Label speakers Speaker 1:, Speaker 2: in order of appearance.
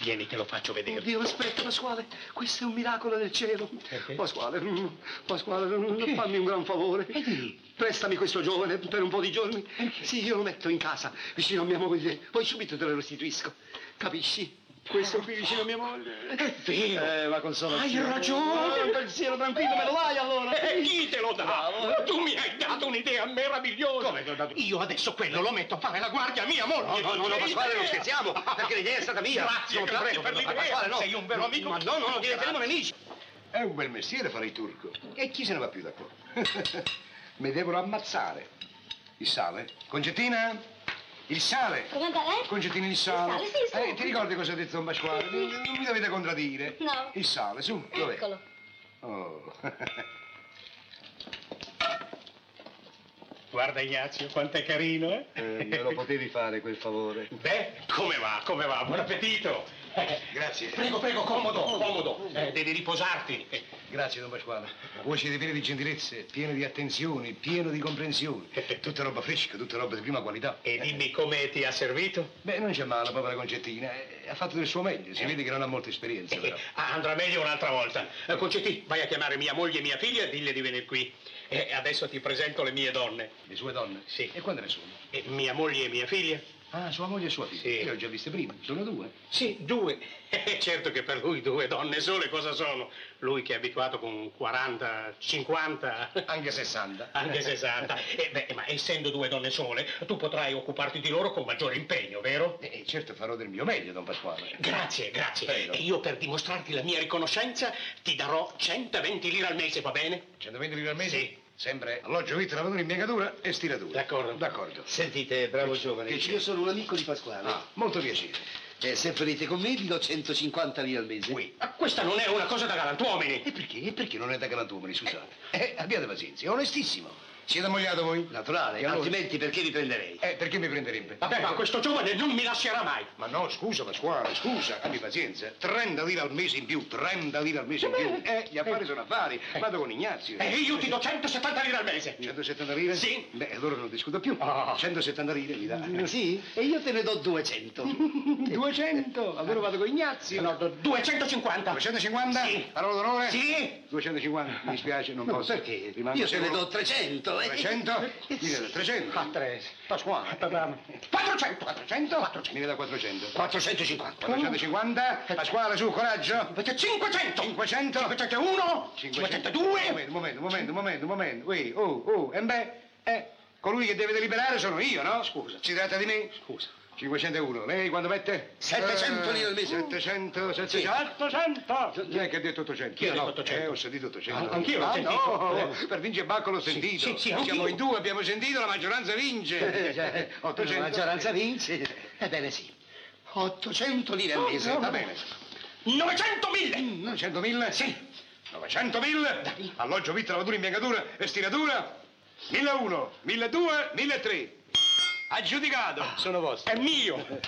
Speaker 1: Vieni, te lo faccio vedere.
Speaker 2: Oddio, aspetta, Pasquale, questo è un miracolo del cielo.
Speaker 1: Perché?
Speaker 2: Pasquale, mm, Pasquale, mm, fammi un gran favore. Prestami questo giovane per un po' di giorni. Sì, io lo metto in casa, vicino a mia moglie, poi subito te lo restituisco. Capisci? Questo qui vicino a mia moglie.
Speaker 1: È vero.
Speaker 2: Eh, la consolazione.
Speaker 1: Hai ragione.
Speaker 3: eh,
Speaker 2: Ah, un pensiero tranquillo, me lo dai allora?
Speaker 1: E chi te lo dà? Eh, Tu mi hai dato un'idea meravigliosa.
Speaker 2: Come te l'ho dato?
Speaker 1: Io adesso quello lo metto a fare la guardia a mia moglie.
Speaker 2: No, no, no, no,
Speaker 1: Che
Speaker 2: Pasquale, non
Speaker 1: idea!
Speaker 2: scherziamo, perché l'idea è stata mia.
Speaker 1: Grazie,
Speaker 2: No, te la
Speaker 1: grazie
Speaker 2: prego,
Speaker 1: per l'idea.
Speaker 2: Pasquale, no.
Speaker 1: Sei un vero amico.
Speaker 2: Ma no, no, no, diventeremo
Speaker 1: Grazie.
Speaker 2: nemici.
Speaker 3: È un bel mestiere fare il turco. E chi se ne va più da qua? Mi devono ammazzare. Il sale? Concettina? Il sale?
Speaker 4: Comanda lei?
Speaker 3: Concettina, il sale?
Speaker 4: Il sale, sì, sì.
Speaker 3: Eh, ti ricordi cosa ha detto Don Pasquale?
Speaker 4: Sì, sì.
Speaker 3: Non mi dovete contraddire.
Speaker 4: No.
Speaker 3: Il sale, su, dov'è?
Speaker 4: Eccolo.
Speaker 3: Oh.
Speaker 1: Guarda Ignazio, quanto è carino, eh?
Speaker 3: Eh, me lo potevi fare quel favore.
Speaker 1: Beh, come va, come va? Buon appetito. Eh,
Speaker 3: Grazie.
Speaker 1: Prego, prego, comodo, comodo. Eh, devi riposarti. Eh,
Speaker 3: Grazie, Don Pasquale. Voi siete pieni di gentilezze, pieni di attenzioni, pieno di comprensione. Tutta roba fresca, tutta roba di prima qualità.
Speaker 1: E dimmi come ti ha servito?
Speaker 3: Beh, non c'è male, la povera Concettina. eh, Ha fatto del suo meglio. Si vede che non ha molta esperienza, però.
Speaker 1: Ah, andrà meglio un'altra volta. Eh, Concetti, vai a chiamare mia moglie e mia figlia e dille di venire qui. E adesso ti presento le mie donne.
Speaker 3: Le sue donne?
Speaker 1: Sì.
Speaker 3: E quante ne sono?
Speaker 1: Eh, mia moglie e mia figlia?
Speaker 3: Ah, sua moglie e sua figlia.
Speaker 1: Sì.
Speaker 3: Io le ho già viste prima. Sono due.
Speaker 1: Sì, due. Eh, certo che per lui due donne sole cosa sono? Lui che è abituato con 40, 50,
Speaker 3: Anche 60.
Speaker 1: anche 60. Eh, beh, ma essendo due donne sole, tu potrai occuparti di loro con maggiore impegno, vero?
Speaker 3: E e certo farò del mio meglio, don Pasquale.
Speaker 1: Grazie, grazie.
Speaker 3: Prego.
Speaker 1: E io per dimostrarti la mia riconoscenza ti darò 120 lire al mese, va bene?
Speaker 3: 120 lire al mese?
Speaker 1: Sì.
Speaker 3: Sempre alloggio, vitto, lavatura, impiegatura e stiratura.
Speaker 1: D'accordo.
Speaker 3: D'accordo.
Speaker 2: Sentite, bravo giovane,
Speaker 3: che c'è?
Speaker 2: io sono un amico di Pasquale.
Speaker 3: Ah, molto piacere.
Speaker 2: E se venite con me vi do 150 lire al mese.
Speaker 3: Qui.
Speaker 1: Ma questa non è una cosa da galantuomini.
Speaker 3: E perché? E perché non è da galantuomini, scusate? Eh, abbiate pazienza, è onestissimo. Siete ammogliato voi?
Speaker 2: Naturale,
Speaker 3: E allora?
Speaker 2: altrimenti perché vi prenderei?
Speaker 3: Eh, perché mi prenderebbe?
Speaker 1: Vabbè, ma questo giovane non mi lascerà mai.
Speaker 3: Ma no, scusa Pasquale, scusa, abbi pazienza. 30 lire al mese in più, 30 lire al mese in più. Eh, gli affari sono affari. Vado con Ignazio.
Speaker 1: E io ti do 170 lire al mese.
Speaker 3: 170 lire?
Speaker 1: Sì.
Speaker 3: Beh, allora non discuto più.
Speaker 1: Ah.
Speaker 3: 170 lire mi dà.
Speaker 2: Sì? E io te ne do 200.
Speaker 3: 200, allora vado con Ignazio.
Speaker 1: No, do- 250.
Speaker 3: 250?
Speaker 1: Sì.
Speaker 3: Parola d'onore?
Speaker 1: Sì.
Speaker 3: 250, mi dispiace, non posso.
Speaker 2: Perché?
Speaker 3: Rimango
Speaker 2: Io te ne
Speaker 3: solo-
Speaker 2: do 300. eh.
Speaker 3: 300?
Speaker 2: Eh,
Speaker 3: Mi dà
Speaker 2: sì.
Speaker 3: 300?
Speaker 1: Ah, tre.
Speaker 3: Pasquale.
Speaker 1: 400, 400, 400.
Speaker 3: Mi dà 400.
Speaker 1: 450.
Speaker 3: 450? Pasquale, su, coraggio.
Speaker 1: 500.
Speaker 3: 500?
Speaker 1: 501.
Speaker 3: 502?
Speaker 1: 502.
Speaker 3: Un momento, un momento, un momento, un momento. Ui, oh, oh, e beh, eh, colui che deve deliberare sono io, no? Scusa. Si tratta di me?
Speaker 1: Scusa.
Speaker 3: 501, lei quando mette?
Speaker 2: 700 lire al mese.
Speaker 3: 700, 700.
Speaker 1: 800.
Speaker 3: Chi è che ha detto 800?
Speaker 1: Chi ha
Speaker 3: Io no.
Speaker 1: detto 800?
Speaker 3: Eh, ho sentito 800.
Speaker 1: Ah, anch'io l'ho
Speaker 3: Ah,
Speaker 1: sentito. Eh.
Speaker 3: no, per vincere Bacco l'ho sentito.
Speaker 1: sì, sì,
Speaker 3: Siamo
Speaker 1: anch'io.
Speaker 3: in due, abbiamo sentito, la maggioranza vince.
Speaker 2: Eh,
Speaker 3: 800.
Speaker 2: La maggioranza vince. Ebbene sì. 800 lire al mese.
Speaker 3: Eh, No, va bene.
Speaker 1: 900.000.
Speaker 3: 900.000? Sì. 900.000? Alloggio, vitto, lavatura, impiegatura e stiratura? 1.001, 1.002, 1.003. Aggiudicato. Sono vostro.
Speaker 1: È mio.